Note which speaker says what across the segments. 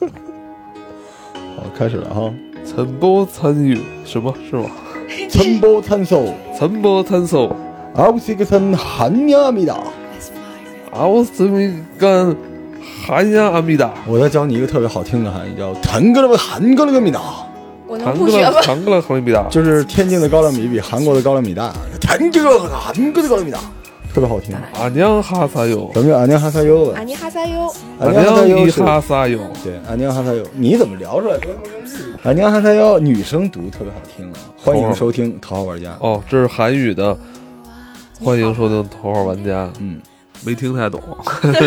Speaker 1: 好，开始了哈。
Speaker 2: 承包参与什么是吗？
Speaker 1: 参包参手，
Speaker 2: 承包参手，
Speaker 1: 아우시그선한야합니다。
Speaker 2: 啊，我怎么干韩呀阿米达？
Speaker 1: 我再教你一个特别好听的韩语，叫弹格勒韩格勒米达，
Speaker 3: 我能
Speaker 2: 韩
Speaker 3: 不
Speaker 2: 格
Speaker 3: 学
Speaker 2: 拉
Speaker 3: 吗？
Speaker 2: 韩格拉韩米达，
Speaker 1: 就是天津的高粱米比韩国的高粱米大，弹格勒韩格勒高粱米达，特别好听。
Speaker 2: 阿娘哈萨哟，
Speaker 1: 咱们叫안녕하세요吧
Speaker 3: 啊，，你哈塞哟，
Speaker 2: 阿
Speaker 1: 안녕하세
Speaker 2: 娘
Speaker 1: 요
Speaker 2: 伊
Speaker 1: 是
Speaker 2: 哈萨哟，
Speaker 1: 对，안녕하세요，你怎么聊出来的？안녕하세요，女生读特别好听啊！欢迎收听《头号玩家》。
Speaker 2: 哦，这是韩语的。欢迎收听《头号玩家》，
Speaker 1: 嗯，
Speaker 2: 没听太懂。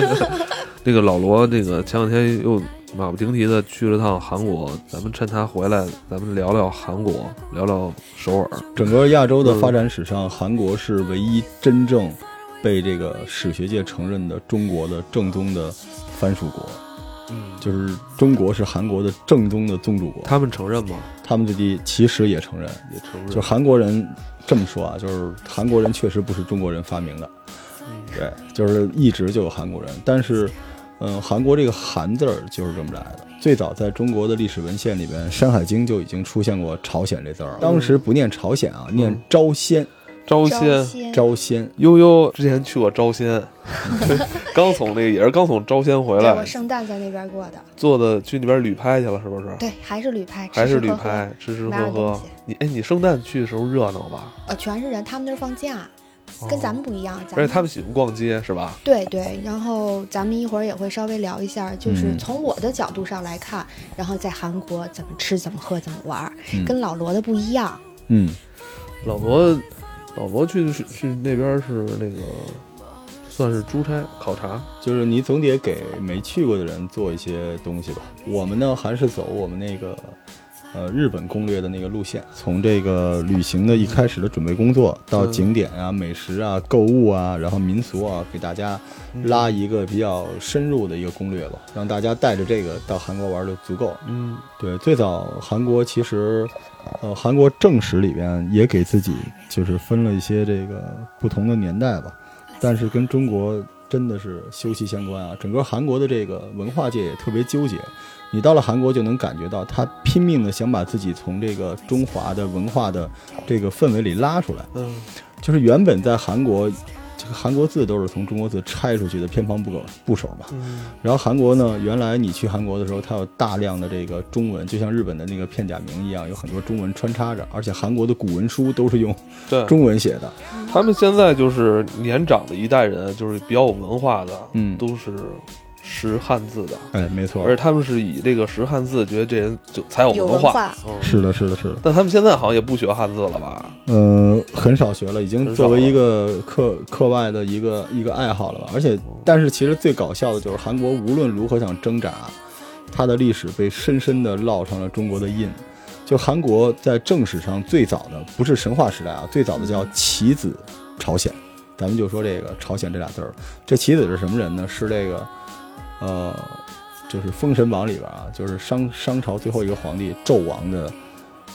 Speaker 2: 这个老罗，这个前两天又马不停蹄的去了趟韩国，咱们趁他回来，咱们聊聊韩国，聊聊首尔。
Speaker 1: 整个亚洲的发展史上，韩国是唯一真正被这个史学界承认的中国的正宗的藩属国，
Speaker 2: 嗯，
Speaker 1: 就是中国是韩国的正宗的宗主国。
Speaker 2: 他们承认吗？
Speaker 1: 他们自己其实也承认，
Speaker 2: 也承认。
Speaker 1: 就韩国人这么说啊，就是韩国人确实不是中国人发明的，对，就是一直就有韩国人，但是，嗯、韩国这个“韩”字儿就是这么来的。最早在中国的历史文献里边，《山海经》就已经出现过“朝鲜”这字儿了。当时不念朝鲜啊，念朝鲜，
Speaker 2: 朝
Speaker 3: 张
Speaker 2: 鲜，
Speaker 3: 先
Speaker 1: 朝鲜。
Speaker 2: 悠悠之前去过招仙， 刚从那个也是刚从招仙回
Speaker 3: 对我
Speaker 2: 来，
Speaker 3: 圣诞在那边过的，
Speaker 2: 坐的去那边旅拍去了，是不是？
Speaker 3: 对，还是旅拍，吃
Speaker 2: 还是
Speaker 3: 吃
Speaker 2: 旅
Speaker 3: 喝喝，
Speaker 2: 拍，吃吃
Speaker 3: 买
Speaker 2: 喝
Speaker 3: 点
Speaker 2: 喝
Speaker 3: 东西。
Speaker 2: 你哎，你圣诞去的时候热闹吧？
Speaker 3: 呃，全是人，他们那儿放假，跟咱们不一样，咱
Speaker 2: 而
Speaker 3: 们
Speaker 2: 且他们喜欢逛街，是吧？
Speaker 3: 对对，然后咱们一会儿也会稍微聊一下，就是
Speaker 1: 嗯
Speaker 3: 从我的角度上来看，然后在韩国怎么吃、怎么喝、怎么玩儿，
Speaker 1: 嗯
Speaker 3: 跟老罗的不一样。
Speaker 1: 嗯，
Speaker 2: 老罗，老罗去去去那边是那个，算是出差考察。
Speaker 1: 就是你总得给没去过的人做一些东西吧。我们呢还是走我们那个呃日本攻略的那个路线，从这个旅行的一开始的准备工作，到
Speaker 2: 嗯
Speaker 1: 景点啊、美食啊、购物啊，然后民俗啊，给大家拉一个比较深入的一个攻略吧，让大家带着这个到韩国玩就足够了。
Speaker 2: 嗯，
Speaker 1: 对，最早韩国其实，呃，韩国正史里边也给自己就是分了一些这个不同的年代吧，但是跟中国真的是息息相关啊。整个韩国的这个文化界也特别纠结，你到了韩国就能感觉到他拼命的想把自己从这个中华的文化的这个氛围里拉出来。
Speaker 2: 嗯，
Speaker 1: 就是原本在韩国，这个韩国字都是从中国字拆出去的偏旁部首部首吧。
Speaker 2: 嗯，
Speaker 1: 然后韩国呢，原来你去韩国的时候，它有大量的这个中文，就像日本的那个片假名一样，有很多中文穿插着，而且韩国的古文书都是用
Speaker 2: 对，
Speaker 1: 中文写的。
Speaker 2: 他们现在就是年长的一代人，就是比较有文化的，
Speaker 1: 嗯
Speaker 2: 都是识汉字的。
Speaker 1: 哎，没错，
Speaker 2: 而且他们是以这个识汉字，觉得这人就才有
Speaker 3: 有
Speaker 2: 文
Speaker 3: 文化
Speaker 2: 嗯、
Speaker 1: 是的，是的，是的，
Speaker 2: 但他们现在好像也不学汉字了吧？
Speaker 1: 呃，很少学了，已经
Speaker 2: 很少
Speaker 1: 作
Speaker 2: 了
Speaker 1: 为一个课课外的一个一个爱好了吧。而
Speaker 2: 嗯
Speaker 1: 且，但是其实最搞笑的就是韩国无论如何想挣扎，它的历史被深深地烙上了中国的印。就韩国在正史上最早的不是神话时代啊，最早的
Speaker 2: 嗯
Speaker 1: 叫棋子朝鲜。咱们就说这个朝鲜这俩字儿，这棋子是什么人呢？是这个，呃，就是《封神榜》里边啊，就是商商朝最后一个皇帝纣王的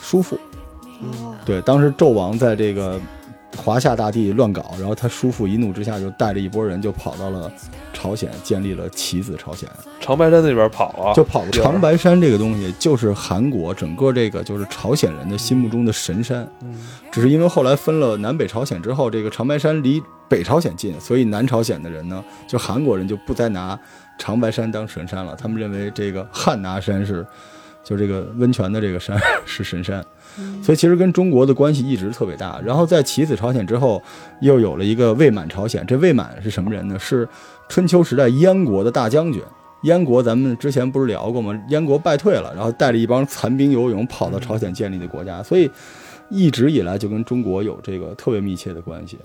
Speaker 1: 叔父。
Speaker 3: 哦，
Speaker 1: 对，当时纣王在这个华夏大地乱搞，然后他叔父一怒之下就带着一拨人就跑到了朝鲜，建立了棋子朝鲜，
Speaker 2: 长白山那边跑啊了，
Speaker 1: 就跑了长白山这个东西，就是韩国整个这个就是朝鲜人的心目中的神山，
Speaker 2: 嗯
Speaker 1: 只是因为后来分了南北朝鲜之后，这个长白山离北朝鲜近，所以南朝鲜的人呢，就韩国人就不再拿长白山当神山了，他们认为这个汉拿山是。 就这个温泉的这个山 是神山，
Speaker 2: 嗯
Speaker 1: 所以其实跟中国的关系一直特别大。然后在起子朝鲜之后，又有了一个魏满朝鲜。这魏满是什么人呢？是春秋时代燕国的大将军。燕国咱们之前不是聊过吗？燕国败退了，然后带着一帮残兵游勇跑到朝鲜建立的国家，所以一直以来就跟中国有这个特别密切的关系，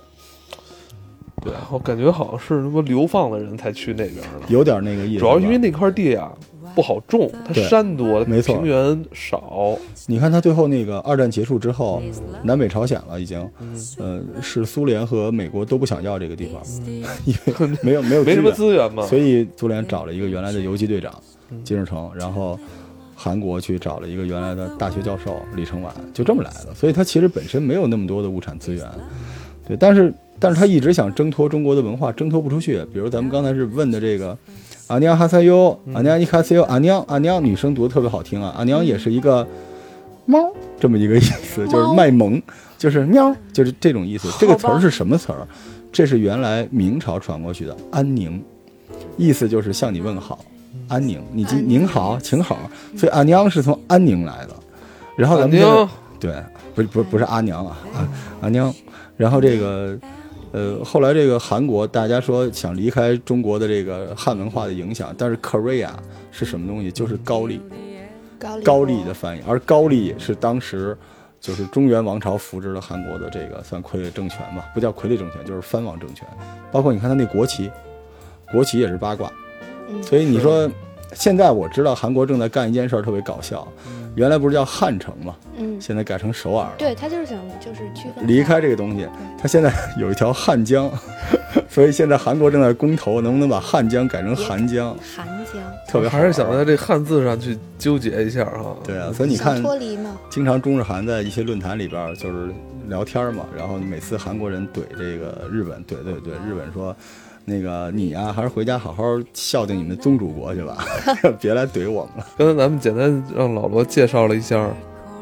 Speaker 2: 对，我感觉好像是什么流放的人才去那边的，
Speaker 1: 有点那个意思吧。
Speaker 2: 主要是因为那块地呀、不好种，它
Speaker 1: 对
Speaker 2: 山多，
Speaker 1: 没错
Speaker 2: 平原少，
Speaker 1: 你看他最后那个二战结束之后，南北朝鲜了已经，呃，是苏联和美国都不想要这个地方， 因为没有没有
Speaker 2: 没什么
Speaker 1: 资源
Speaker 2: 资源嘛。
Speaker 1: 所以苏联找了一个原来的游击队长金日成，然后韩国去找了一个原来的大学教授李承晚，就这么来的。所以他其实本身没有那么多的物产资源，对，但是但是他一直想挣脱中国的文化，挣脱不出去。比如咱们刚才是问的这个阿娘哈塞哟，阿娘尼卡塞哟，阿娘阿娘，女生读的特别好听啊，阿娘也是一个猫这么一个意思，就是
Speaker 3: 猫
Speaker 1: 卖萌，就是喵，就是这种意思。这个词
Speaker 3: 好
Speaker 1: 儿
Speaker 3: 吧
Speaker 1: 是什么词儿？这是原来明朝传过去的安宁，意思就是向你问好，安宁，你今
Speaker 3: 安宁
Speaker 1: 您好，请好。所以阿娘是从安宁来的，然后咱们现在
Speaker 2: 娘
Speaker 1: 对，不是不是不是阿娘啊，啊阿娘。然后这个，呃，后来这个韩国大家说想离开中国的这个汉文化的影响，但是 Korea 是什么东西？就是高丽，
Speaker 3: 高丽
Speaker 1: 高丽的翻译，而高丽是当时就是中原王朝扶植了韩国的这个算傀儡政权吧，不叫傀儡政权，就是藩王政权。包括你看他那国
Speaker 2: 嗯
Speaker 1: 旗，国旗也是八卦，
Speaker 3: 嗯
Speaker 1: 所以你说。现在我知道韩国正在干一件事儿特别搞笑，原来不是叫汉城嘛，
Speaker 3: 嗯，
Speaker 1: 现在改成首尔了。
Speaker 3: 对他就是想就是区分
Speaker 1: 离
Speaker 3: 开
Speaker 1: 开这个东西，它现在有一条汉江， 所以现在韩国正在公投，能不能把汉江改成韩江，
Speaker 3: 韩江，
Speaker 1: 特别好
Speaker 2: 还
Speaker 1: 玩
Speaker 2: 是想在这汉字上去纠结一下哈。
Speaker 1: 对啊，所以你看
Speaker 3: 想，脱离嘛，
Speaker 1: 经常中日韩在一些论坛里边儿就是聊天儿嘛，然后每次韩国人怼这个日本，怼怼怼日本说。那个你啊，还是回家好好孝敬你们宗主国去吧， 别来怼我们了。
Speaker 2: 刚才咱们简单让老罗介绍了一下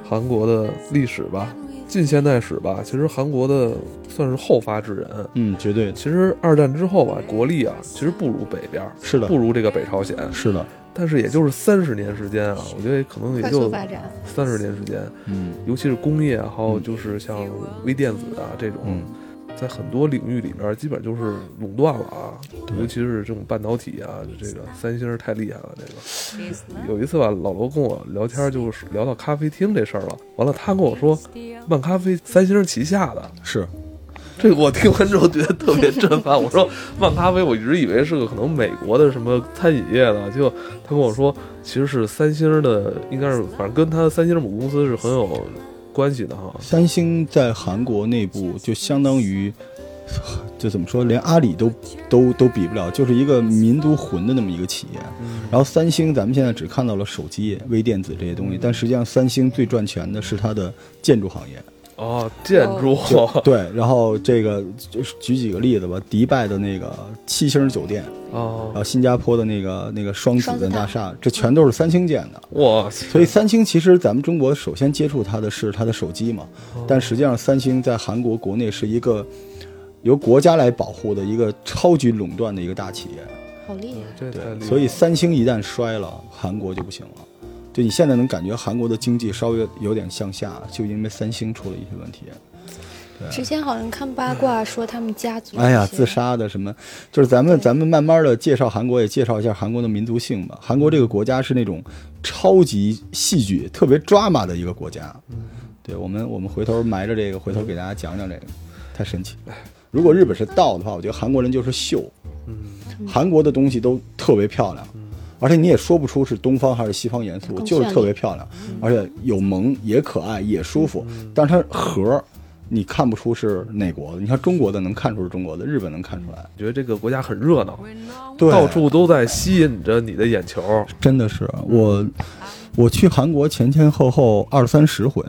Speaker 2: 韩国的历史吧，近现代史吧。其实韩国的算是后发制人。
Speaker 1: 嗯，绝对
Speaker 2: 其实二战之后吧，国力啊，其实不如北边儿，
Speaker 1: 是的
Speaker 2: 不，如这个北朝鲜。
Speaker 1: 是的，
Speaker 2: 但是也就是三十年时间啊，我觉得可能也
Speaker 3: 快
Speaker 2: 就
Speaker 3: 速发展，嗯
Speaker 2: 三十年时间，
Speaker 1: 嗯
Speaker 2: 尤其是工业啊，还有就是像微电子啊这种，
Speaker 1: 嗯，
Speaker 2: 在很多领域里边，基本就是垄断了啊，
Speaker 1: 对
Speaker 2: 尤其是这种半导体啊，这个三星儿太厉害了。这个有一次吧，老罗跟我聊天，就是聊到咖啡厅这事儿了。完了，他跟我说，漫咖啡三星儿旗下的，
Speaker 1: 是
Speaker 2: 这个我听完之后觉得特别震撼。我说，漫咖啡我一直以为是个可能美国的什么餐饮业的，结果他跟我说，其实是三星儿的，应该是反正跟他三星儿母公司是很有关系的哈。
Speaker 1: 三星在韩国内部就相当于，就怎么说，连阿里都都都比不了，就是一个民族魂的那么一个企业。然后三星，咱们现在只看到了手机、微电子这些东西，但实际上三星最赚钱的是它的建筑行业。
Speaker 2: 哦，建筑，
Speaker 1: 对，然后这个就是举几个例子吧，迪拜的那个七星酒店，然
Speaker 2: 哦，
Speaker 1: 后新加坡的那个那个双
Speaker 3: 双
Speaker 1: 子
Speaker 3: 子
Speaker 1: 的
Speaker 3: 塔
Speaker 1: 大厦，这全都是三星建的。
Speaker 2: 我去
Speaker 1: 所以三星其实咱们中国首先接触它的是它的手机嘛，但实际上三星在韩国国内是一个由国家来保护的一个超级垄断的一个大企业，
Speaker 3: 好厉害，
Speaker 2: 这太厉害了。
Speaker 1: 所以三星一旦衰了，韩国就不行了。就你现在能感觉韩国的经济稍微有点向下，就因为三星出了一些问题。
Speaker 3: 之前好像看八卦说他们家族，
Speaker 1: 嗯哎呀，自，杀的什么，就是咱们咱们慢慢的介绍韩国，也介绍一下韩国的民族性吧。韩国这个国家是那种超级戏剧、特别 drama 的一个国家。
Speaker 2: 嗯
Speaker 1: 对我们，我们回头埋着这个，回头给大家讲讲这个，太神奇。如果日本是道的话，我觉得韩国人就是秀，韩国的东西都特别漂亮，而且你也说不出是东方还是西方元素，
Speaker 3: 更
Speaker 1: 就是
Speaker 3: 绚丽嗯
Speaker 1: 特别漂亮，而且有萌也可爱也舒服，但是它核儿你看不出是哪国的，你看中国的能看出是中国的，日本能看出来，
Speaker 2: 觉得这个国家很热闹，
Speaker 1: 对，
Speaker 2: 到处都在吸引着你的眼球。
Speaker 1: 真的是
Speaker 3: 嗯
Speaker 1: 我，我去韩国前前后后二三十回，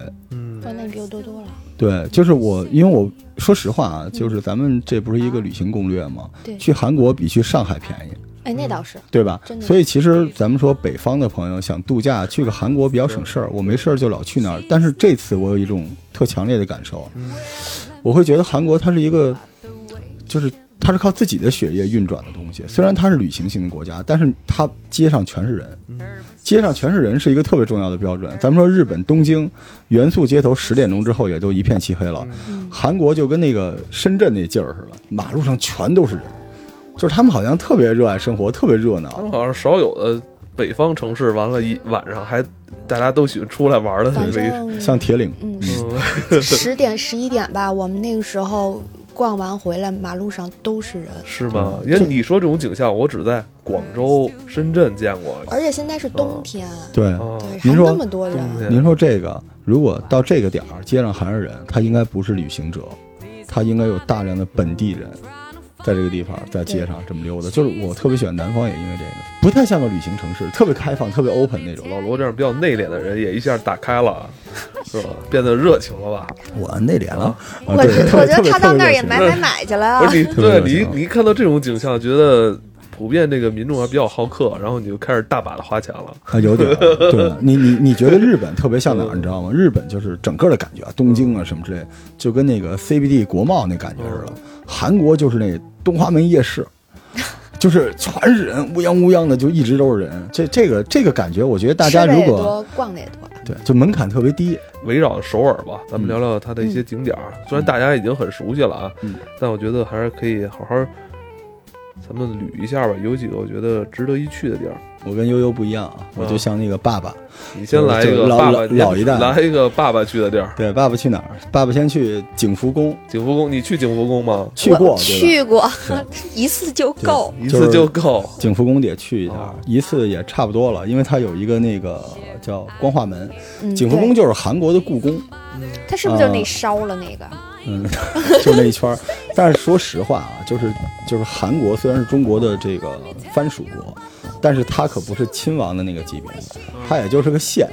Speaker 3: 哇，那你比我多多了，
Speaker 1: 对，就是我，因为我说实话啊，就是咱们这不是一个旅行攻略吗？
Speaker 3: 啊对
Speaker 1: 去韩国比去上海便宜。
Speaker 3: 哎，那倒是，
Speaker 1: 对吧
Speaker 3: 真？的
Speaker 1: 所以其实咱们说北方的朋友想度假去个韩国比较省事儿，我没事儿就老去那儿。但是这次我有一种特强烈的感受，啊我会觉得韩国它是一个，就是它是靠自己的血液运转的东西。虽然它是旅行型的国家，但是它街上全是人，街上全是人是一个特别重要的标准。咱们说日本东京元素街头十点钟之后也都一片漆黑了，韩国就跟那个深圳那劲儿似的，马路上全都是人。就是他们好像特别热爱生活，特别热闹
Speaker 2: 他。们好像少有的北方城市，完了一晚上还大家都喜欢出来玩的
Speaker 3: 反
Speaker 2: 那个意思。
Speaker 3: 正
Speaker 1: 像铁岭，
Speaker 3: 嗯，
Speaker 2: 嗯，
Speaker 3: 十点十一点吧，我们那个时候逛完回来，马路上都是人，
Speaker 2: 是吗？
Speaker 1: 嗯
Speaker 2: 因为你说这种景象，我只在广州、深圳见过。
Speaker 1: 哎
Speaker 3: 而且现在是冬天，啊
Speaker 1: 对。
Speaker 2: 哦，
Speaker 3: 对，还
Speaker 1: 您说嗯
Speaker 3: 那么多
Speaker 2: 冬
Speaker 3: 人，
Speaker 2: 天
Speaker 1: 您说这个，如果到这个点儿，街上还是人，他应该不是旅行者，他应该有大量的本地人，在这个地方，在街上这么溜达。就是我特别喜欢南方，也因为这个，不太像个旅行城市，特别开放，特别 open 那种。
Speaker 2: 老罗这样比较内敛的人也一下打开了，是吧？变得热情了吧？
Speaker 1: 我内敛了，啊
Speaker 3: 我
Speaker 1: 对
Speaker 3: 我觉
Speaker 1: 特
Speaker 3: 得
Speaker 1: 别
Speaker 3: 他到那儿也
Speaker 1: 特别
Speaker 3: 买买买去了
Speaker 2: 不是你，
Speaker 1: 特别
Speaker 2: 对
Speaker 1: 热
Speaker 2: 你
Speaker 1: 情，
Speaker 2: 你一看到这种景象，觉得普遍这个民众还比较好客，然后你就开始大把的花钱了。
Speaker 1: 啊，有点儿，对吧，你你你觉得日本特别像哪儿，你知道吗？日本就是整个的感觉啊，东京啊什么之类的，就跟那个 CBD 国贸那感觉似的。韩国就是那东华门夜市，就是全是人，乌泱乌泱的，就一直都是人。这这个这个感觉，我觉得大家
Speaker 3: 吃的
Speaker 1: 如
Speaker 3: 也
Speaker 1: 果
Speaker 3: 多，逛的也多。
Speaker 1: 对，就门槛特别低，
Speaker 2: 围绕首尔吧，咱们聊聊它的一些景点儿。虽然大家已经很熟悉了啊，
Speaker 1: 嗯
Speaker 2: 但我觉得还是可以好好咱们捋一下吧。有几个我觉得值得一去的地儿。
Speaker 1: 我跟悠悠不一样啊，我就像那个爸爸，
Speaker 2: 你先来一
Speaker 1: 就
Speaker 2: 个
Speaker 1: 老
Speaker 2: 爸爸
Speaker 1: 老老一代
Speaker 2: 来一个爸爸去的地儿，
Speaker 1: 对，爸爸去哪儿？爸爸先去景福宫，
Speaker 2: 景福宫。你去景福宫吗？
Speaker 1: 去
Speaker 3: 我
Speaker 1: 过对吧？
Speaker 3: 去过
Speaker 1: 对，
Speaker 3: 一次就够。
Speaker 2: 一
Speaker 1: 就是
Speaker 2: 次就够。
Speaker 1: 景福宫得去一下
Speaker 2: 哦，
Speaker 1: 一次也差不多了，因为它有一个那个叫光化门，
Speaker 3: 嗯，
Speaker 1: 景福宫就是韩国的故宫，
Speaker 3: 对，它是不是就
Speaker 1: 啊
Speaker 3: 是那烧了那个？
Speaker 1: 嗯，就那一圈儿。但是说实话啊，就是就是韩国虽然是中国的这个藩属国，但是它可不是亲王的那个级别，它也就是个县。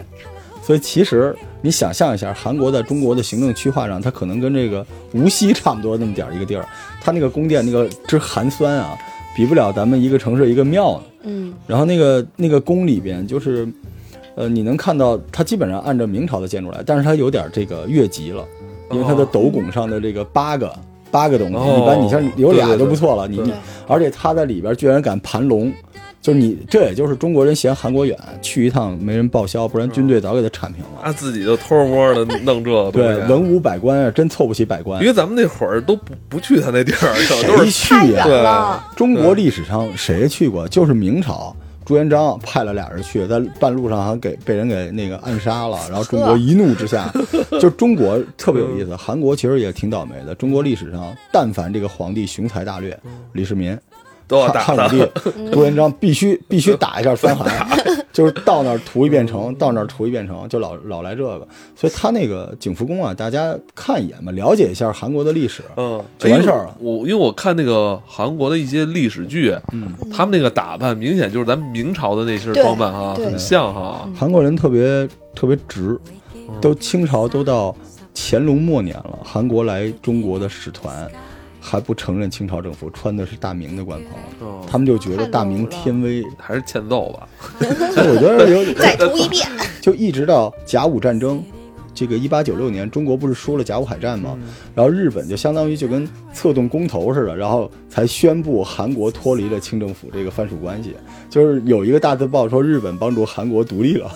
Speaker 1: 所以其实你想象一下，韩国在中国的行政区划上，它可能跟这个无锡 差不多那么点儿一个地儿，它那个宫殿那个之寒酸啊，比不了咱们一个城市一个庙呢。
Speaker 3: 嗯，
Speaker 1: 然后那个那个宫里边就是，呃，你能看到它基本上按照明朝的建筑来，但是它有点这个越级了，因为它的斗拱上的这个八个八个东西，
Speaker 2: 哦
Speaker 1: 一般你像有俩就不错了，你
Speaker 2: 对
Speaker 1: 你
Speaker 3: 对，
Speaker 1: 而且它在里边居然敢盘龙。就是你，这也就是中国人嫌韩国远，去一趟没人报销，不然军队早给他铲平了。
Speaker 2: 他自己就偷着摸的弄这个东
Speaker 1: 对
Speaker 2: 西，，
Speaker 1: 文武百官啊，真凑不齐百官
Speaker 2: 因。为咱们那会儿都不不去他那地 儿，都
Speaker 1: 谁
Speaker 2: 是
Speaker 3: 太
Speaker 1: 去呀、啊
Speaker 3: 远了。
Speaker 1: 中国历史上谁去过？就是明朝，朱元璋派了俩人去，在半路上还给被人给那个暗杀了，然后中国一怒之 下，就中国特别有意思。韩国其实也挺倒霉的，中国历史上但凡这个皇帝雄才大略，李世民。
Speaker 2: 嗯 都要打
Speaker 1: 汉汉
Speaker 2: 的
Speaker 1: 武。 帝朱元璋必须必须打一下三韩，
Speaker 2: 嗯
Speaker 1: 就是到那儿屠一遍城，到那儿屠一遍城，就老老来这个。所以他那个景福宫啊，大家看一眼吧，了解一下韩国的历史。
Speaker 2: 嗯，
Speaker 1: 就完事儿了
Speaker 2: 哎我因为我看那个韩国的一些历史剧，
Speaker 1: 嗯，
Speaker 2: 他们那个打扮明显就是咱们明朝的那身
Speaker 3: 对
Speaker 2: 装扮哈，
Speaker 3: 对
Speaker 2: 很像哈。
Speaker 1: 韩国人特别特别直，都清朝都到乾隆末年了，韩国来中国的使团还不承认清朝政府，穿的是大明的官袍，
Speaker 2: 嗯，
Speaker 1: 他们就觉得大明天威。
Speaker 2: 还是欠揍吧。
Speaker 1: 所以我觉得有
Speaker 3: 再涂一遍。
Speaker 1: 就一直到甲午战争，这个一八九六年，中国不是输了甲午海战吗？然后日本就相当于就跟策动公投似的，然后才宣布韩国脱离了清政府这个藩属关系。就是有一个大字报说日本帮助韩国独立了，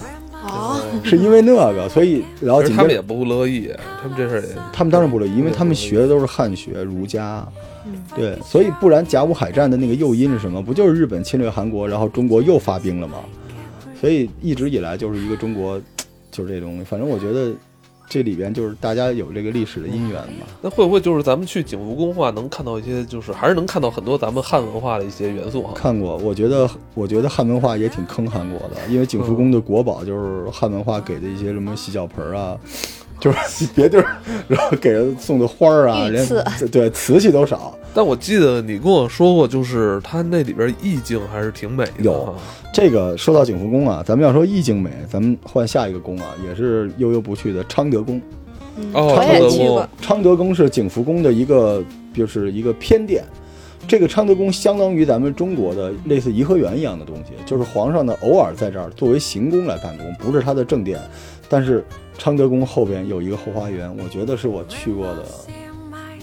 Speaker 3: 哦，
Speaker 1: 是因为那个，所以然后
Speaker 2: 而
Speaker 1: 紧
Speaker 2: 他
Speaker 1: 接
Speaker 2: 们
Speaker 1: 着
Speaker 2: 也不乐意，他们这事儿也
Speaker 1: 他们当然不乐意，因为他们学的都是汉学、儒家，
Speaker 3: 嗯，
Speaker 1: 对，所以不然甲午海战的那个诱因是什么？不就是日本侵略韩国，然后中国又发兵了吗？所以一直以来就是一个中国，就是这种，反正我觉得这里边就是大家有这个历史的因缘吧。
Speaker 2: 那会不会就是咱们去景福宫的话，能看到一些，就是还是能看到很多咱们汉文化的一些元素哈？
Speaker 1: 看过，我觉得我觉得汉文化也挺坑韩国的，因为景福宫的国宝就是汉文化给的一些什么洗脚盆儿啊， 就是别地儿，然后给人送的花儿啊，
Speaker 3: 御
Speaker 1: 连
Speaker 3: 赐
Speaker 1: 对瓷器都少。
Speaker 2: 但我记得你跟我说过，就是它那里边意境还是挺美的
Speaker 1: 有
Speaker 2: 哈。
Speaker 1: 这个说到景福宫啊，咱们要说意境美，咱们换下一个宫啊，也是悠悠不去的昌德宫。
Speaker 3: 嗯
Speaker 2: 哦
Speaker 3: 我
Speaker 1: 差不
Speaker 3: 也
Speaker 1: 多
Speaker 3: 去过。
Speaker 1: 昌德宫是景福宫的一个，就是一个偏殿。这个昌德宫相当于咱们中国的类似颐和园一样的东西，就是皇上呢偶尔在这儿作为行宫来办公，不是他的正殿。但是昌德宫后边有一个后花园，我觉得是我去过的，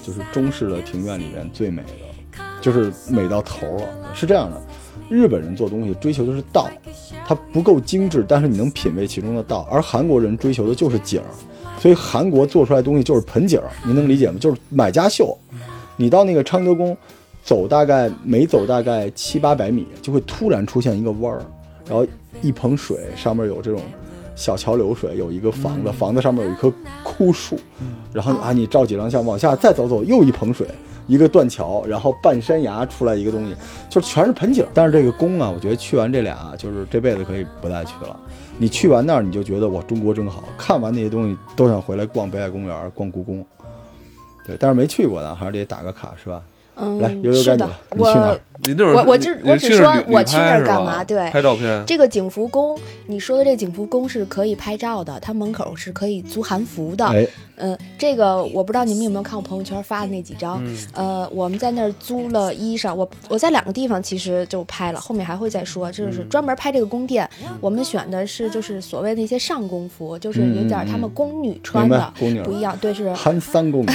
Speaker 1: 就是中式的庭院里面最美的，就是美到头了。是这样的，日本人做东西追求的是道，它不够精致，但是你能品味其中的道；而韩国人追求的就是景儿，所以韩国做出来的东西就是盆景儿，您能理解吗？就是买家秀。你到那个昌德宫，走大概每走大概七八百米，就会突然出现一个弯儿，然后一盆水，上面有这种小桥流水，有一个房子，房子上面有一棵枯树，然
Speaker 3: 嗯
Speaker 1: 后啊，你照几张相，往下再走走，又一盆水，一个断桥，然后半山崖出来一个东西，就全是盆景儿。但是这个宫啊，我觉得去完这俩，就是这辈子可以不再去了。你去完那儿，你就觉得哇，中国真好看完那些东西，都想回来逛北海公园、逛故宫。对，但是没去过的，还是得打个卡，是吧？
Speaker 3: 嗯，
Speaker 1: 来悠悠
Speaker 3: 是
Speaker 1: 该你
Speaker 3: 的
Speaker 1: 了，你去哪
Speaker 3: 我
Speaker 1: 儿？
Speaker 2: 你那会儿
Speaker 3: 我我
Speaker 2: 你
Speaker 3: 只
Speaker 2: 你
Speaker 3: 我只
Speaker 2: 去那儿
Speaker 3: 说
Speaker 2: 旅
Speaker 3: 我
Speaker 2: 旅
Speaker 3: 去
Speaker 2: 拍
Speaker 3: 那儿
Speaker 2: 是
Speaker 3: 干
Speaker 2: 吧
Speaker 3: 嘛对
Speaker 2: 拍照片，
Speaker 3: 这个景福宫，你说的这景福宫是可以拍照的，它门口是可以租韩服的。
Speaker 1: 哎，
Speaker 3: 嗯，这个我不知道你们有没有看我朋友圈发的那几张。
Speaker 2: 嗯
Speaker 3: 呃，我们在那儿租了衣裳，我我在两个地方其实就拍了，后面还会再说。这就是专门拍这个宫殿，我们选的是就是所谓那些上宫服，就是有点儿他们宫女穿
Speaker 1: 明
Speaker 3: 的。
Speaker 1: 白，宫女儿
Speaker 3: 不，一样，对是，
Speaker 1: 韩三宫女，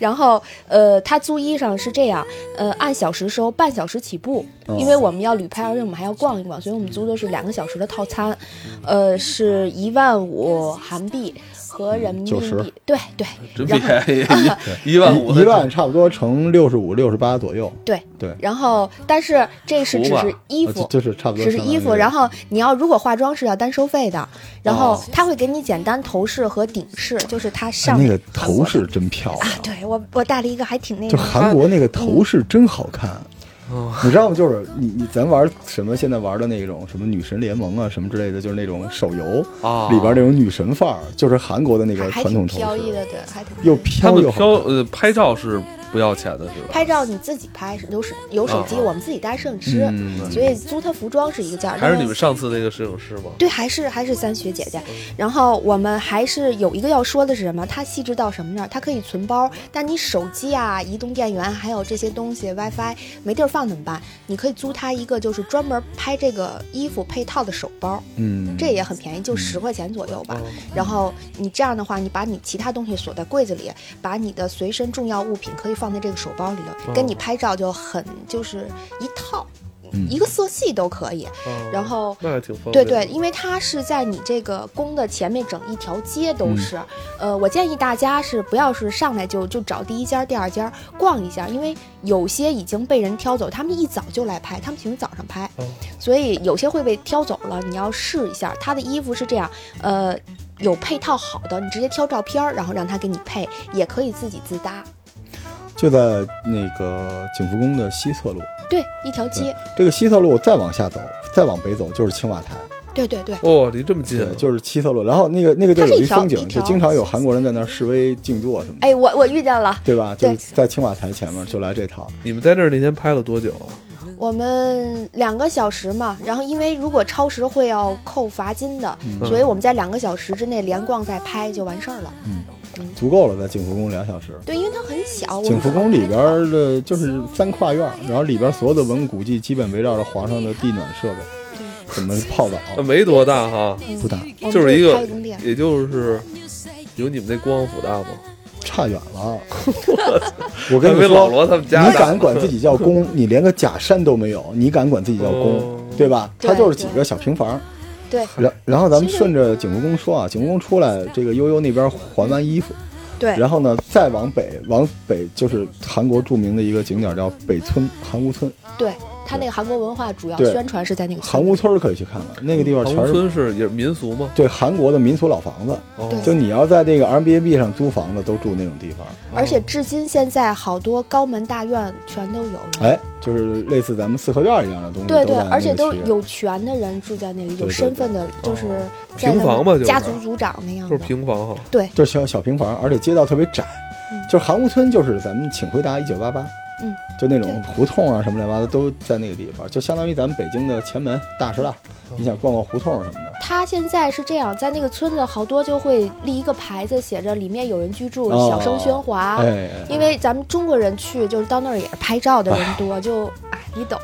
Speaker 3: 然后呃，他租衣裳是这样，呃，按小时收，半小时起步，
Speaker 1: 哦
Speaker 3: 因为我们要旅拍，而且我们还要逛一逛，所以我们租的是两个小时的套餐，呃，是一万五韩币和人民币，
Speaker 1: 90
Speaker 3: 对对
Speaker 2: 真
Speaker 3: 然后
Speaker 2: 便宜， 一一万五，
Speaker 1: 一万差不多乘六十五、六十八左右，
Speaker 3: 对
Speaker 1: 对
Speaker 3: 然后但是这是只
Speaker 2: 服吧
Speaker 3: 是衣
Speaker 1: 呃
Speaker 3: 服
Speaker 1: 就。就是差不多相
Speaker 3: 只是
Speaker 1: 当于。
Speaker 3: 衣服，然后你要如果化妆是要单收费的，然
Speaker 1: 哦
Speaker 3: 后他会给你简单头饰和顶饰，就是它
Speaker 1: 哎
Speaker 3: 上
Speaker 1: 那个
Speaker 3: 韩国
Speaker 1: 头
Speaker 3: 的
Speaker 1: 饰真漂亮
Speaker 3: 啊，，对我我戴了一个还挺那
Speaker 1: 就
Speaker 3: 个，
Speaker 1: 韩国那个
Speaker 3: 嗯
Speaker 1: 头饰真好看。
Speaker 2: 哦
Speaker 1: 你知道吗？就是你你咱玩什么？现在玩的那种什么女神联盟啊，什么之类的，就是那种手游
Speaker 2: 啊
Speaker 1: 里边那种女神范儿，就是韩国的那个
Speaker 3: 还还
Speaker 1: 传统
Speaker 3: 挺
Speaker 1: 头
Speaker 3: 飘逸
Speaker 1: 饰，
Speaker 3: 的，对，还挺
Speaker 1: 又
Speaker 2: 他
Speaker 1: 飘
Speaker 2: 们
Speaker 1: 又
Speaker 2: 挑
Speaker 1: 好看。
Speaker 2: 呃拍照是不要钱的是吧？
Speaker 3: 拍照你自己拍，有手有手机，
Speaker 2: 啊
Speaker 3: 我们自己带摄影师，
Speaker 1: 嗯
Speaker 3: 所以租他服装是一个价儿。
Speaker 2: 还是你
Speaker 3: 另外
Speaker 2: 们上次那个摄影师吗？
Speaker 3: 对，还是还是三学姐姐。然后我们还是有一个要说的是什么？它细致到什么那儿？它可以存包，但你手机啊、移动电源还有这些东西 WiFi 没地儿放怎么办？你可以租他一个就是专门拍这个衣服配套的手包，
Speaker 1: 嗯，
Speaker 3: 这也很便宜，就十块钱左右吧。
Speaker 2: 哦
Speaker 3: 然后你这样的话，你把你其他东西锁在柜子里，把你的随身重要物品可以放在这个手包里
Speaker 2: 哦
Speaker 3: 头，跟你拍照就很就是一套，
Speaker 1: 嗯
Speaker 3: 一个色系都可以。
Speaker 2: 哦
Speaker 3: 然后
Speaker 2: 嗯那还挺方
Speaker 3: 对
Speaker 2: 便的。
Speaker 3: 对，因为它是在你这个宫的前面整一条街都
Speaker 2: 嗯
Speaker 3: 是。呃，我建议大家是不要是上来就就找第一家、第二家逛一下，因为有些已经被人挑走，他们一早就来拍，他们喜欢早上拍，
Speaker 2: 哦
Speaker 3: 所以有些会被挑走了。你要试一下，他的衣服是这样，呃。有配套好的，你直接挑照片儿，然后让他给你配，也可以自己自搭。
Speaker 1: 就在那个景福宫的西侧路。
Speaker 3: 对，一条街，
Speaker 1: 这个西侧路再往下走，再往北走就是青瓦台，
Speaker 3: 对对对，
Speaker 2: 哦，离这么近
Speaker 1: 对，，就是西侧路。然后那个那个地儿
Speaker 3: 它
Speaker 1: 有
Speaker 3: 是一
Speaker 1: 一
Speaker 3: 条
Speaker 1: 风
Speaker 3: 一
Speaker 1: 景，就
Speaker 3: 条
Speaker 1: 经常有韩国人在那儿示威静坐什么的，
Speaker 3: 哎，我我遇见了，
Speaker 1: 对吧？就是
Speaker 3: 对
Speaker 1: 在青瓦台前面就来这套。
Speaker 2: 你们在那儿那天拍了多久啊？
Speaker 3: 我们两个小时嘛，然后因为如果超时会要扣罚金的，
Speaker 1: 嗯
Speaker 3: 所以我们在两个小时之内连逛带拍就完事儿了。
Speaker 1: 足够了，在景福宫两小时。
Speaker 3: 对，因为它很小。
Speaker 1: 景福
Speaker 3: 我们
Speaker 1: 宫里边儿的就是三跨院儿，然后里边所有的文物古迹基本围绕着皇上的地暖设备，怎么泡澡
Speaker 2: 那呃没多大哈，
Speaker 1: 不大，
Speaker 3: 我们
Speaker 2: 就是一
Speaker 3: 拍
Speaker 2: 个
Speaker 3: 了宫殿，
Speaker 2: 也就是有你们那光复大吗？
Speaker 1: 差远 了。我
Speaker 2: 还
Speaker 1: 跟你
Speaker 2: 没
Speaker 1: 说，
Speaker 2: 老罗他们
Speaker 1: 你
Speaker 2: 家大
Speaker 1: 敢管自己叫宫，你连个假山都没有，你敢管自己叫宫
Speaker 2: 哦，
Speaker 1: 对吧？
Speaker 3: 对
Speaker 1: 它就是几个小平房儿。
Speaker 3: 对
Speaker 1: 然然后咱们
Speaker 3: 其实
Speaker 1: 顺着景福宫说啊，景福宫出来，这个悠悠那边还完衣服，
Speaker 3: 对
Speaker 1: 然后呢再往北，往北就是韩国著名的一个景点儿叫北村韩屋村。
Speaker 3: 对，它那个韩国文化主要
Speaker 1: 对
Speaker 3: 宣传是在那个
Speaker 1: 韩屋村儿可以去看看，那个地方
Speaker 2: 唐
Speaker 1: 全
Speaker 2: 屋
Speaker 1: 是
Speaker 2: 村是也是民俗吗？
Speaker 1: 对韩国的民俗老房子。
Speaker 2: 哦
Speaker 3: 对
Speaker 1: 就你要在这个 Airbnb 上租房子，都住那种地方。
Speaker 3: 而且至今现在好多高门大院全都有了。
Speaker 1: 哎，就是类似咱们四合院一样的东西，
Speaker 3: 对
Speaker 1: 都
Speaker 3: 对
Speaker 1: 在，那
Speaker 3: 而且
Speaker 1: 个
Speaker 3: 都
Speaker 1: 区域啊
Speaker 3: 有权的人住在那里，
Speaker 1: 对
Speaker 3: 有
Speaker 1: 对
Speaker 3: 身份的，就是
Speaker 2: 哦
Speaker 3: 在
Speaker 2: 平
Speaker 3: 他们
Speaker 2: 房嘛就是
Speaker 1: 啊
Speaker 3: 家族族长那样
Speaker 2: 就
Speaker 3: 的
Speaker 2: 是。平房哈。
Speaker 3: 对，
Speaker 1: 就是小小平房，而且街道特别窄。就是韩屋村，就是咱们《请回答一九八八》，
Speaker 3: 嗯，
Speaker 1: 就那种胡同啊什么乱七八糟都在那个地方，就相当于咱们北京的前门大石大。
Speaker 3: 嗯
Speaker 1: 你想逛逛胡同什么的，
Speaker 3: 他现在是这样，在那个村子好多就会立一个牌子，写着里面有人居住，
Speaker 1: 哦
Speaker 3: 小声喧哗。
Speaker 1: 哎，哎
Speaker 3: 因为咱们中国人去，就是到那儿也是拍照的人多，就哎，你懂。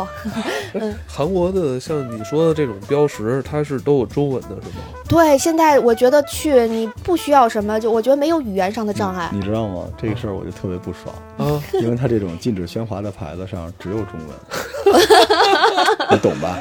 Speaker 2: 韩国的像你说的这种标识，它是都有中文的是吗？
Speaker 3: 对，现在我觉得去你不需要什么，就我觉得没有语言上的障碍。
Speaker 1: 你知道吗？这个事儿我就特别不爽，
Speaker 2: 啊，
Speaker 1: 因为它这种禁止喧哗的牌子上只有中 文，你懂吧？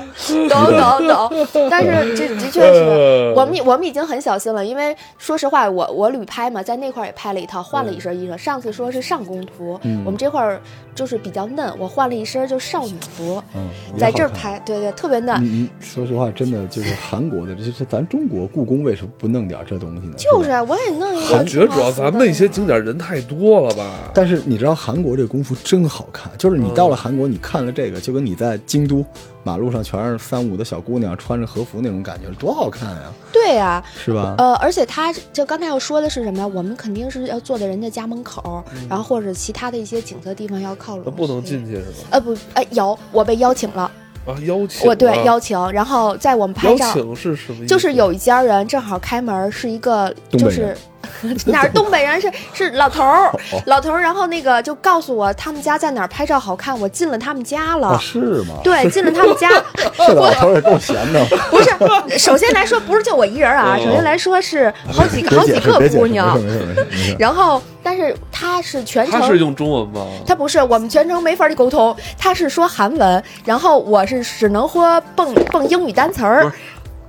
Speaker 3: 懂懂懂，但是这的确
Speaker 1: 哎
Speaker 3: 是。
Speaker 1: 呃
Speaker 2: 呃
Speaker 3: 我们我们已经很小心了，因为说实话，我我旅拍嘛，在那块儿也拍了一套，换了一身衣
Speaker 2: 嗯
Speaker 3: 裳。上次说是上工服，我们这块儿就是比较嫩，我换了一身就少女服，
Speaker 1: 嗯，也
Speaker 3: 在
Speaker 1: 好
Speaker 3: 这儿
Speaker 1: 看
Speaker 3: 拍，对对，特别嫩。
Speaker 1: 嗯嗯，说实话，真的就是韩国的，这这咱中国故宫为什么不弄点这东西呢？
Speaker 3: 就是
Speaker 1: 是吧。
Speaker 3: 啊，我也弄一个。
Speaker 2: 我觉得主要啊咱们那些，景点人太多了吧？
Speaker 1: 但是你知道韩国这功夫真好看，就是你到了韩国，你看了这个，就跟你在京都服，马路上全是三五的小姑娘穿着和服那种感觉，多好看呀，
Speaker 3: 对呀、
Speaker 1: 是吧？
Speaker 3: 呃，而且他就刚才要说的是什么呀？我们肯定是要坐在人家家门口，然后或者其他的一些景色地方要靠
Speaker 2: 嗯那
Speaker 3: 拢。
Speaker 2: 不能进去是吧？
Speaker 3: 呃不，呃有，我被邀请了，
Speaker 2: 啊，邀请
Speaker 3: 我对
Speaker 2: 啊
Speaker 3: 邀请，然后在我们拍
Speaker 2: 邀
Speaker 3: 照，
Speaker 2: 请是什么意思？
Speaker 3: 就是有一家人正好开门，是一个
Speaker 1: 东
Speaker 3: 就
Speaker 1: 北
Speaker 3: 是
Speaker 1: 人
Speaker 3: 哪儿东北人是是老头儿
Speaker 1: 哦，
Speaker 3: 老头儿，然后那个就告诉我他们家在哪儿拍照好看，我进了他们家了。
Speaker 1: 啊，是吗？
Speaker 3: 对，进了他 们家，
Speaker 1: 这老头儿也够闲的，
Speaker 3: 不是，首先来说不是就我一人啊，
Speaker 2: 哦
Speaker 3: 首先来说是好几个
Speaker 1: 哦别
Speaker 3: 好几
Speaker 1: 解释，
Speaker 3: 个
Speaker 1: 别解释，
Speaker 3: 姑
Speaker 1: 没事
Speaker 3: 娘，
Speaker 1: 没事没事没事。
Speaker 3: 然后但是他是全
Speaker 2: 他是
Speaker 3: 程。
Speaker 2: 用中文吗？
Speaker 3: 他不是，我们全程没法儿沟通。他是说韩文，然后我是只能说蹦蹦英语单词
Speaker 2: 不
Speaker 3: 儿
Speaker 2: 是，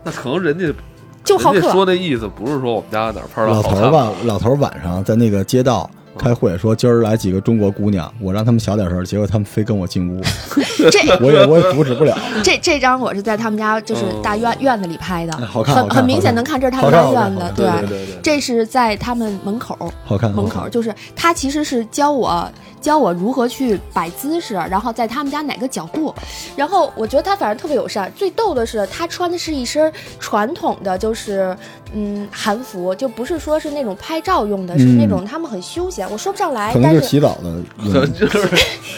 Speaker 2: 那可能人家
Speaker 3: 就好
Speaker 2: 人家说
Speaker 3: 客。
Speaker 2: 那意思不是说我们家哪儿拍的
Speaker 1: 老
Speaker 2: 好
Speaker 1: 头
Speaker 2: 看
Speaker 1: 儿吧，老头儿晚上在那个街道开会，说今儿来几个中国姑娘，我让他们小点声儿，结果他们非跟我进屋，
Speaker 3: 这
Speaker 1: 我也我也阻止不了。
Speaker 3: 这这张我是在他们家就是大院、
Speaker 2: 嗯
Speaker 3: 院子里拍的，
Speaker 1: 哎哦好看好
Speaker 3: 很
Speaker 1: 看
Speaker 3: 很明
Speaker 1: 好
Speaker 3: 显
Speaker 1: 看
Speaker 3: 能看这是他
Speaker 1: 好
Speaker 3: 们
Speaker 1: 看
Speaker 3: 家
Speaker 1: 好看
Speaker 3: 院
Speaker 1: 好
Speaker 3: 子，
Speaker 1: 看
Speaker 2: 对对对对，
Speaker 3: 啊这是在他们门口。
Speaker 1: 好看，好
Speaker 3: 门口
Speaker 1: 看
Speaker 3: 就是他，其实是教我教我如何去摆姿势，然后在他们家哪个角度。然后我觉得他反正特别友善。最逗的是，他穿的是一身传统的，就是嗯韩服，就不是说是那种拍照用的，是
Speaker 1: 嗯
Speaker 3: 那种他们很休闲。我说不上来
Speaker 1: 可，能
Speaker 3: 但
Speaker 1: 就是
Speaker 3: 是
Speaker 1: 洗澡的，
Speaker 2: 可能
Speaker 1: 嗯
Speaker 2: 就是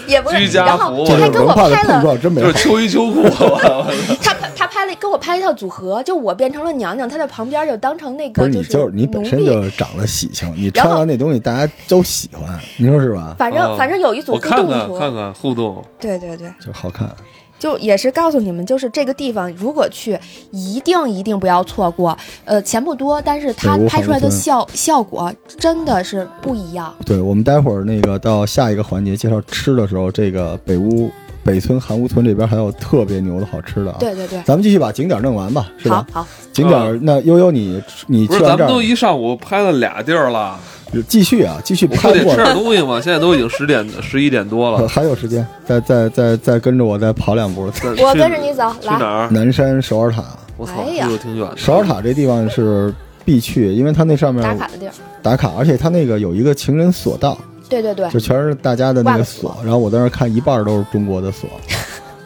Speaker 3: 也不是。
Speaker 2: 居家
Speaker 3: 然后
Speaker 2: 服
Speaker 1: 这
Speaker 3: 他
Speaker 1: 种
Speaker 3: 跟
Speaker 1: 文
Speaker 3: 我
Speaker 1: 化的
Speaker 3: 拍
Speaker 1: 碰
Speaker 3: 了
Speaker 1: 撞真没
Speaker 2: 就是
Speaker 1: 有。
Speaker 2: 秋衣秋裤吧。
Speaker 3: 他拍他拍了给我拍了一套组合，就我变成了娘娘，他在旁边就当成那
Speaker 1: 不
Speaker 3: 个
Speaker 1: 是你
Speaker 3: 是奴
Speaker 1: 就是
Speaker 3: 婢。
Speaker 1: 你本身就长得喜庆，你
Speaker 3: 然
Speaker 1: 穿
Speaker 3: 后
Speaker 1: 完那东西大家都喜欢，你说是吧？
Speaker 3: 反正
Speaker 2: 嗯
Speaker 3: 反正有一组
Speaker 2: 我
Speaker 3: 互
Speaker 2: 看
Speaker 3: 动
Speaker 2: 看
Speaker 3: 图，
Speaker 2: 看看互动，
Speaker 3: 对对对，
Speaker 1: 就好看，
Speaker 3: 就也是告诉你们，就是这个地方如果去，一定一定不要错过。呃，钱不多，但是它
Speaker 1: 对无法
Speaker 3: 拍出来的
Speaker 1: 无天啊
Speaker 3: 效效果真的是不一样。
Speaker 1: 对我们待会儿那个到下一个环节介绍吃的时候，这个北屋北村韩屋村这边还有特别牛的好吃的啊。，
Speaker 3: 对对对，
Speaker 1: 咱们继续把景点弄完吧，是
Speaker 3: 好
Speaker 1: 吧？
Speaker 3: 好，
Speaker 1: 景点儿那悠悠你你
Speaker 2: 呃不
Speaker 1: 去
Speaker 2: 是咱
Speaker 1: 完这
Speaker 2: 们都
Speaker 1: 儿
Speaker 2: 一上午拍了俩地儿了，
Speaker 1: 继续啊，继续
Speaker 2: 我
Speaker 1: 拍
Speaker 2: 不得
Speaker 1: 过
Speaker 2: 吃点东西吗？现在都已经十点十一点多
Speaker 1: 呃
Speaker 2: 了，
Speaker 1: 还有时间，再再再再跟着我再跑两步。
Speaker 2: 咱
Speaker 3: 我
Speaker 2: 去
Speaker 3: 跟着你走，
Speaker 2: 去哪
Speaker 3: 来，
Speaker 2: 儿？
Speaker 1: 南山首尔塔，
Speaker 2: 我操，
Speaker 3: 哎呀
Speaker 2: 住的挺远的。
Speaker 1: 哎首尔塔这地方是必去，因为它那上面
Speaker 3: 打卡的地儿。
Speaker 1: 打卡，而且它那个有一个情人索道，
Speaker 3: 对对对
Speaker 1: 就，全是大家的那
Speaker 3: 万
Speaker 1: 个
Speaker 3: 索
Speaker 1: 锁，然后我在那儿看一半都是中国的锁，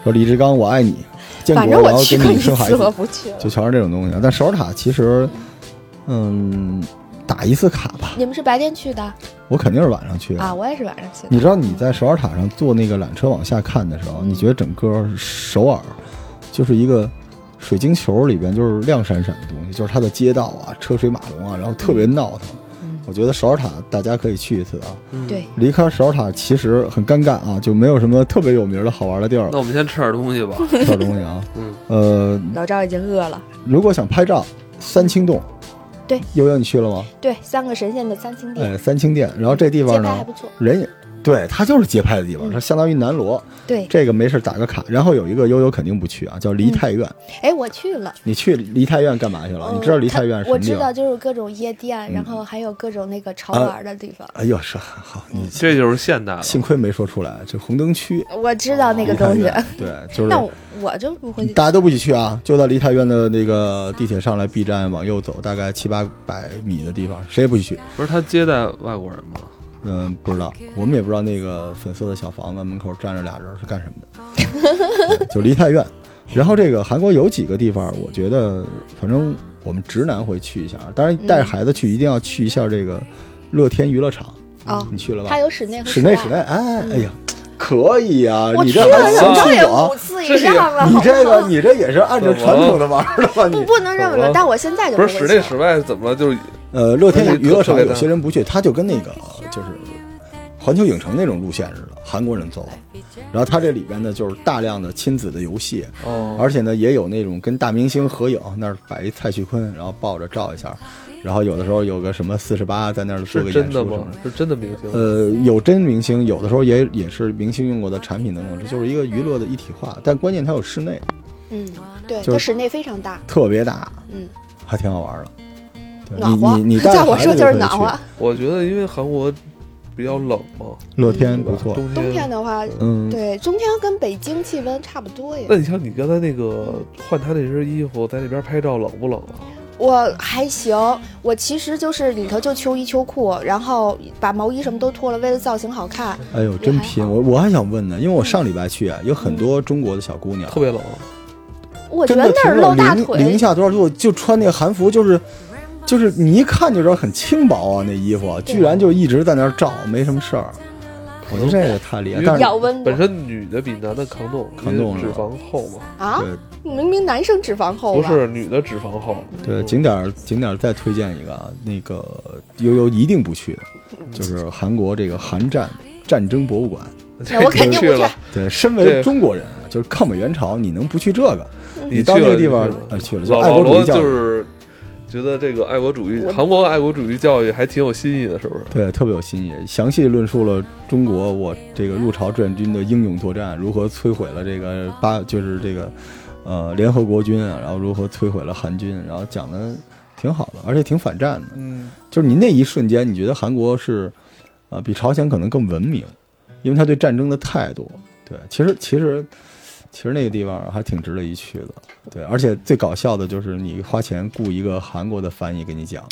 Speaker 1: 说李志刚我爱你，建
Speaker 3: 反
Speaker 1: 国
Speaker 3: 正
Speaker 1: 我要
Speaker 3: 我去过
Speaker 1: 跟
Speaker 3: 一
Speaker 1: 你生孩
Speaker 3: 次，
Speaker 1: 子，
Speaker 3: 我不去了
Speaker 1: 就。全是这种东西。啊但首尔塔其实，嗯，打一次卡吧，
Speaker 3: 你们是白天去的
Speaker 1: 我肯定是晚上去的
Speaker 3: 啊？我也是晚上去的。
Speaker 1: 你知道你在首尔塔上坐那个缆车往下看的时候，
Speaker 3: 嗯
Speaker 1: 你觉得整个首尔就是一个水晶球里边就是亮闪闪的东西，就是它的街道啊、车水马龙啊，然后特别闹腾。
Speaker 3: 嗯
Speaker 1: 我觉得首尔塔大家可以去一次啊。
Speaker 2: 嗯
Speaker 3: 对，
Speaker 1: 离开首尔塔其实很尴尬啊，就没有什么特别有名的好玩的地儿
Speaker 2: 那我们先吃点东西吧。
Speaker 1: 小东西啊。
Speaker 2: 嗯，
Speaker 1: 呃，
Speaker 3: 老赵已经饿了。
Speaker 1: 如果想拍照，三清洞。
Speaker 3: 对，
Speaker 1: 悠悠你去了吗？
Speaker 3: 对，三个神仙的三清殿，
Speaker 1: 哎，三清殿，然后这地
Speaker 3: 街
Speaker 1: 方
Speaker 3: 拍还
Speaker 1: 呢
Speaker 3: 不，错。
Speaker 1: 人也对，它就是街拍的地方，它相当于南锣。
Speaker 3: 对，
Speaker 1: 这个没事打个卡。然后有一个悠悠肯定不去啊，叫梨泰院。
Speaker 3: 哎，我去了。
Speaker 1: 你去梨泰院干嘛去了？
Speaker 3: 嗯
Speaker 1: 你知道梨泰院是什
Speaker 3: 我
Speaker 1: 么
Speaker 3: 知
Speaker 1: 地
Speaker 3: 道，
Speaker 1: 方？嗯
Speaker 3: 就是各种夜店，然后还有各种那个潮玩的地方。
Speaker 1: 哎呦，是好，你
Speaker 2: 这就是现代了。
Speaker 1: 幸亏没说出来，这红灯区
Speaker 3: 我知道那个
Speaker 1: 梨泰
Speaker 3: 东西，
Speaker 1: 院，对，就
Speaker 3: 那
Speaker 1: 是
Speaker 3: 我嗯我就不会去。
Speaker 1: 大家都不许去啊，就到梨泰院的那个地铁上来 B 站往右走，大概七八百米的地方，谁也不许去。
Speaker 2: 不是他接待外国人吗？
Speaker 1: 嗯，不知道，我们也不知道那个粉色的小房子门口站着俩人是干什么的， 对就离太远。然后这个韩国有几个地方，我觉得反正我们直男会去一下，当然带着孩子去一定要去一下这个乐天娱乐场，
Speaker 3: 哦
Speaker 1: 你去了吧
Speaker 3: 它？有室内和
Speaker 1: 嗯室内
Speaker 3: 外
Speaker 1: 室内，哎哎呀，可以啊！
Speaker 3: 我
Speaker 1: 你
Speaker 3: 去
Speaker 1: 这
Speaker 3: 了
Speaker 1: 还
Speaker 2: 怎
Speaker 1: 想
Speaker 2: 么
Speaker 1: 去
Speaker 3: 也
Speaker 1: 我
Speaker 3: 五？次
Speaker 2: 这是
Speaker 3: 以上了，
Speaker 1: 你
Speaker 3: 好
Speaker 1: 啊这
Speaker 3: 不
Speaker 1: 个嗯
Speaker 3: 好
Speaker 1: 你这也是按照传统的玩儿的吧？你
Speaker 3: 不不能这么
Speaker 2: 怎么
Speaker 3: 说
Speaker 2: 了，
Speaker 3: 但我现在就
Speaker 2: 不是
Speaker 3: 会
Speaker 2: 室内
Speaker 3: 去
Speaker 2: 室外怎么了？就是
Speaker 1: 呃，乐天娱乐场
Speaker 2: 那个
Speaker 1: 有些人不去，他就跟那个就是环球影城那种路线似的，韩国人走。然后他这里边呢，就是大量的亲子的游戏，
Speaker 2: 哦，
Speaker 1: 而且呢也有那种跟大明星合影，那儿摆一蔡徐坤，然后抱着照一下，然后有的时候有个什么四十八在那儿做
Speaker 2: 是
Speaker 1: 个
Speaker 2: 真
Speaker 1: 演
Speaker 2: 的
Speaker 1: 出什么
Speaker 2: 吗
Speaker 1: 的。？
Speaker 2: 是真的明星？
Speaker 1: 呃，有真明星，有的时候也也是明星用过的产品等等，这就是一个娱乐的一体化。但关键它有室内，
Speaker 3: 嗯，对，
Speaker 1: 就
Speaker 3: 它
Speaker 1: 是
Speaker 3: 室内非常大，
Speaker 1: 特别大，
Speaker 3: 嗯，
Speaker 1: 还挺好玩的。对
Speaker 3: 暖和。
Speaker 1: 你你你 带
Speaker 3: 在我
Speaker 1: 孩
Speaker 3: 说
Speaker 1: 子
Speaker 3: 就是
Speaker 1: 可以
Speaker 3: 暖
Speaker 1: 去
Speaker 3: 和。。
Speaker 2: 我觉得因为韩国比较冷嘛，
Speaker 1: 乐天
Speaker 2: 对吧
Speaker 1: 不错，
Speaker 2: 冬
Speaker 3: 冬天。的话，
Speaker 1: 嗯，
Speaker 3: 对，冬天跟北京气温差不多呀
Speaker 2: 那。你像你刚才那个换他那身衣服在那边拍照冷不冷啊？
Speaker 3: 我还行，我其实就是里头就秋衣秋裤，然后把毛衣什么都脱了，为了造型好看。
Speaker 2: 嗯
Speaker 1: 哎呦，真拼！我我还想问呢，因
Speaker 3: 嗯
Speaker 1: 为我上礼拜去啊，有很多中国的小姑娘
Speaker 2: 特，别冷，啊
Speaker 3: 我觉
Speaker 1: 真
Speaker 3: 得
Speaker 1: 的
Speaker 3: 那
Speaker 1: 挺
Speaker 3: 儿露
Speaker 1: 冷，
Speaker 3: 大
Speaker 1: 零零
Speaker 3: 腿，
Speaker 1: 下多少度就穿那个韩服，就是就是你一看就知道很轻薄啊，那衣服居然就一直在那儿照，没什么事儿。我觉得这个太
Speaker 2: 嗯
Speaker 1: 厉害，但是
Speaker 3: 要温
Speaker 2: 本
Speaker 3: 度
Speaker 2: 身女的比男的抗冻，
Speaker 1: 抗冻
Speaker 2: 因为
Speaker 1: 是
Speaker 2: 脂
Speaker 1: 吧
Speaker 2: 肪厚嘛，
Speaker 3: 啊！
Speaker 1: 对
Speaker 3: 明明男生脂肪厚
Speaker 2: 不
Speaker 3: 了，
Speaker 2: 是女的脂肪厚。
Speaker 1: 对，景点儿景点儿再推荐一个啊，那个悠悠一定不去的，就是韩国这个韩战战争博物馆。
Speaker 3: 那我肯定不
Speaker 2: 去了，
Speaker 1: 对，身
Speaker 2: 对
Speaker 1: 为中国人啊，就是抗美援朝，你能不去这个？
Speaker 2: 你
Speaker 1: 到
Speaker 2: 去
Speaker 1: 那
Speaker 2: 了
Speaker 1: 个地方
Speaker 2: 你
Speaker 1: 呃去了，就
Speaker 2: 老
Speaker 1: 爱
Speaker 2: 老
Speaker 1: 国主
Speaker 2: 罗
Speaker 1: 义教育，
Speaker 2: 就是觉得这个爱国主义，
Speaker 3: 我
Speaker 2: 韩国爱国主义教育还挺有新意的，是不是？
Speaker 1: 对，特别有新意，详细论述了中国我这个入朝志愿军的英勇作战，如何摧毁了这个八，就是这个呃联合国军啊，然后如何摧毁了韩军，然后讲的挺好的，而且挺反战的。
Speaker 2: 嗯，
Speaker 1: 就是你那一瞬间，你觉得韩国是，呃，比朝鲜可能更文明，因为他对战争的态度。对，其实其实其实那个地方还挺值得一去的。对，而且最搞笑的就是你花钱雇一个韩国的翻译给你讲，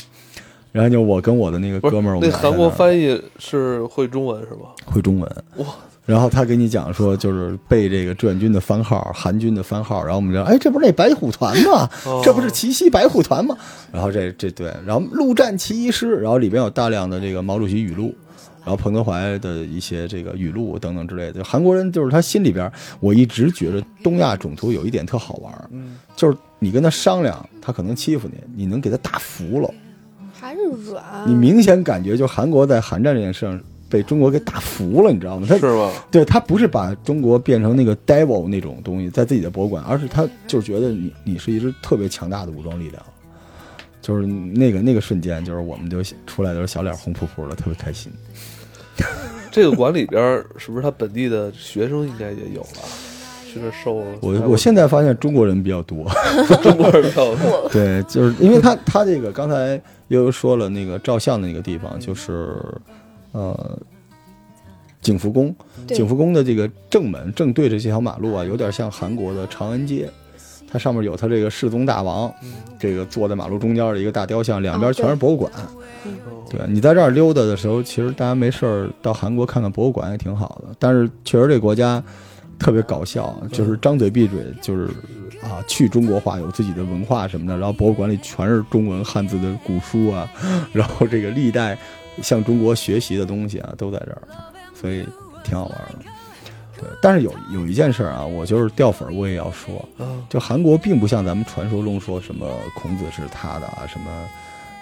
Speaker 1: 然后就我跟我的那个
Speaker 2: 不是
Speaker 1: 哥们儿，我们
Speaker 2: 那
Speaker 1: 俩在
Speaker 2: 韩国
Speaker 1: 那儿
Speaker 2: 翻译是会中文是吧？
Speaker 1: 会中文，
Speaker 2: 哇，
Speaker 1: 然后他给你讲说就是背这个志愿军的番号、韩军的番号，然后我们就哎，这不是那白虎团吗？
Speaker 2: 哦
Speaker 1: 这不是奇袭白虎团吗？然后这这对，然后陆战奇一师，然后里边有大量的这个毛主席语录，然后彭德怀的一些这个语录等等之类的。韩国人就是他心里边，我一直觉得东亚种族有一点特好玩儿，
Speaker 2: 嗯，
Speaker 1: 就是你跟他商量，他可能欺负你，你能给他打服了。
Speaker 3: 还是软。
Speaker 1: 你明显感觉就韩国在韩战这件事上被中国给打服了，你知道吗？他
Speaker 2: 是吗？
Speaker 1: 对他不是把中国变成那个 devil 那种东西在自己的博物馆，而是他就是觉得你你是一支特别强大的武装力量，就是那个那个瞬间，就是我们就出来的时候小脸红扑扑的，特别开心。
Speaker 2: 这个馆里边儿是不是他本地的学生应该也有吧？去那受
Speaker 1: 我我现在发现中国人比较多，
Speaker 2: 中国人票，
Speaker 1: 对，就是因为他他这个刚才悠悠说了那个照相的那个地方，就是呃景福宫，
Speaker 3: 对
Speaker 1: 景福宫的这个正门正对着这条马路啊，有点像韩国的长安街，它上面有它这个世宗大王，这个坐在马路中间的一个大雕像，两边全是博物馆。
Speaker 2: 哦
Speaker 1: 对你在这儿溜达的时候，其实大家没事儿到韩国看看博物馆也挺好的，但是确实这国家。特别搞笑，就是张嘴闭嘴就是啊，去中国化有自己的文化什么的，然后博物馆里全是中文汉字的古书啊，然后这个历代向中国学习的东西啊都在这儿，所以挺好玩的。对，但是有有一件事儿啊，我就是掉粉，我也要说，
Speaker 2: 啊
Speaker 1: 就韩国并不像咱们传说中说什么孔子是他的啊，什么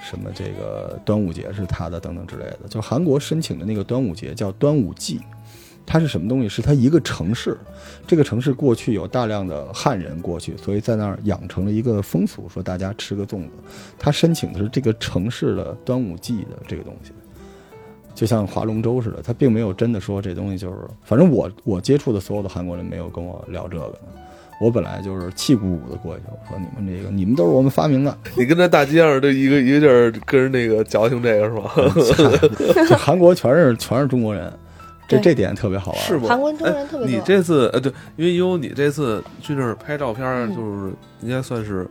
Speaker 1: 什么这个端午节是他的等等之类的。就韩国申请的那个端午节叫端午季，它是什么东西？是它一个城市，这个城市过去有大量的汉人过去，所以在那儿养成了一个风俗，说大家吃个粽子。他申请的是这个城市的端午季的这个东西。就像划龙舟似的，他并没有真的说这东西就是，反正我我接触的所有的韩国人没有跟我聊这个的，我本来就是气鼓鼓的过去，我说你们这个，你们都是我们发明的。
Speaker 2: 你跟在大街上就一个一个劲儿跟人那个矫情这个是吧？
Speaker 1: 就韩国全是全是中国人，这
Speaker 3: 对
Speaker 1: 这点特别好玩。
Speaker 2: 是吗？
Speaker 3: 韩国中人特别
Speaker 2: 你
Speaker 3: 多，
Speaker 2: 这次呃，对，因为悠悠你这次去那儿拍照片儿，
Speaker 3: 嗯
Speaker 2: 就是应该算是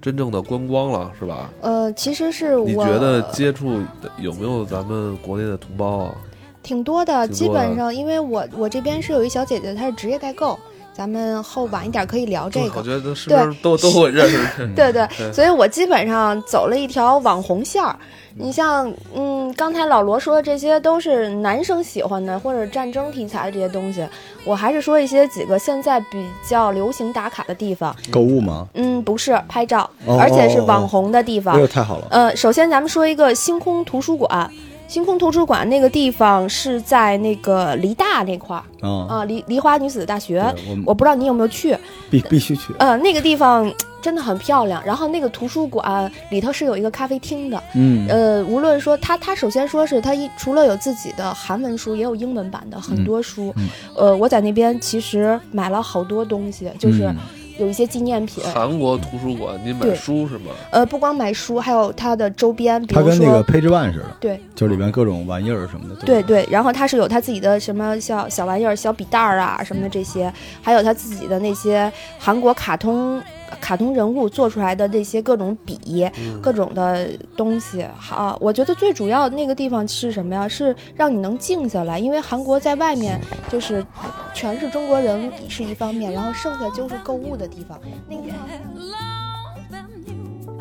Speaker 2: 真正的观光了，是吧？
Speaker 3: 呃，其实是我
Speaker 2: 你觉得接触的有没有咱们国内的同胞啊？
Speaker 3: 挺多的，
Speaker 2: 挺
Speaker 3: 基
Speaker 2: 多的
Speaker 3: 本上因为我我这边是有一小姐姐，她是职业代购，咱们后晚一点可以聊这
Speaker 2: 我
Speaker 3: 个。
Speaker 2: 觉得是不是都都会认识？
Speaker 3: 对对，
Speaker 1: 嗯
Speaker 2: 对
Speaker 3: 所以我基本上走了一条网红线儿。你像，嗯，刚才老罗说的这些都是男生喜欢的或者战争题材的这些东西，我还是说一些几个现在比较流行打卡的地方。
Speaker 1: 购物吗？
Speaker 3: 嗯，不是拍照，
Speaker 1: 哦
Speaker 3: 而且是
Speaker 1: 哦哦
Speaker 3: 网红的地方
Speaker 1: 哎。呦，太好了！
Speaker 3: 呃，首先咱们说一个星空图书馆。星空图书馆那个地方是在那个梨大那块儿
Speaker 1: 啊，
Speaker 3: 啊，梨梨花女子大学。
Speaker 1: 对我们
Speaker 3: 我不知道你有没有去，
Speaker 1: 必必须去。
Speaker 3: 呃，那个地方真的很漂亮。然后那个图书馆里头是有一个咖啡厅的，
Speaker 1: 嗯，
Speaker 3: 呃，无论说他，他首先说是他一除了有自己的韩文书，也有英文版的很多书。
Speaker 1: 嗯
Speaker 3: 呃，我在那边其实买了好多东西，就是
Speaker 1: 嗯
Speaker 3: 有一些纪念品，
Speaker 2: 韩国图书馆，你买
Speaker 3: 对
Speaker 2: 书是吗？
Speaker 3: 呃，不光买书，还有它的周边，比
Speaker 1: 它
Speaker 3: 如
Speaker 1: 跟那
Speaker 3: 说
Speaker 1: 个 Page One 似的，
Speaker 3: 对，
Speaker 1: 就是里边各种玩意儿什么的。
Speaker 3: 对
Speaker 1: 吧，
Speaker 3: 对，然后他是有他自己的什么小小玩意儿、小笔袋儿啊什么的这些，还有他自己的那些韩国卡通卡通人物做出来的那些各种笔、各种的东西。好，我觉得最主要那个地方是什么呀？是让你能静下来，因为韩国在外面就是全是中国人是一方面，然后剩下就是购物的地方，那个地方。
Speaker 4: love than you.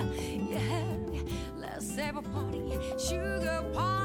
Speaker 4: Yeah, let's have a party, sugar party.